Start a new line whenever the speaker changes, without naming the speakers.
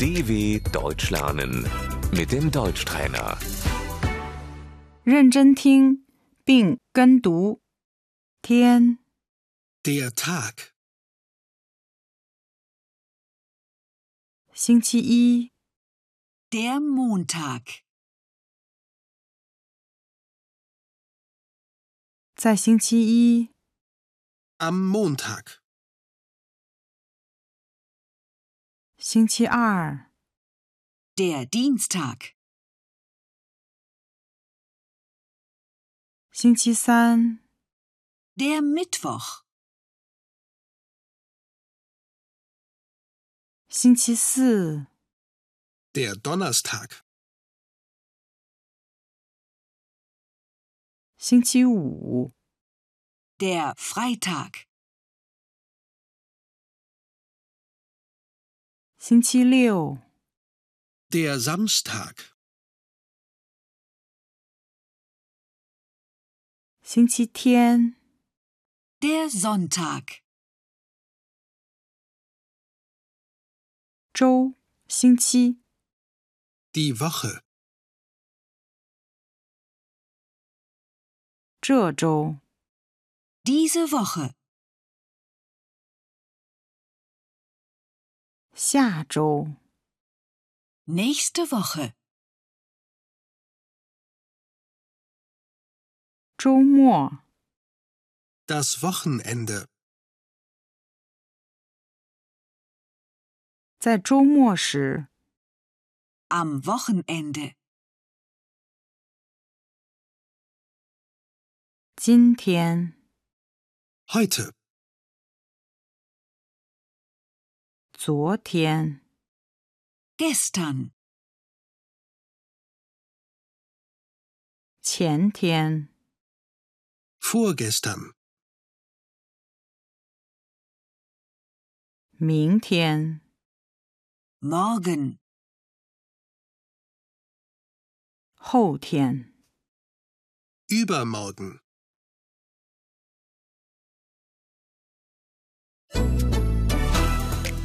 DW Deutsch lernen mit dem Deutschtrainer.
认真听并跟读。天
Der Tag.
星期一，
Der Montag.
在星期一，
Am Montag.
星期二，
Der Dienstag.
星期三，
Der Mittwoch.
星期四，
Der Donnerstag.
星期五，
Der Freitag.
星期六，
Der Samstag.
星期天，
Der Sonntag.
周，星期，
Die Woche.
这周，
Diese Woche.
下周，
Nächste Woche.
周末，
Das Wochenende.
在周末时，
Am Wochenende.
今天，
Heute.
昨天，
Gestern.
前天，
Vorgestern.
明天，
Morgen.
后天。
Übermorgen.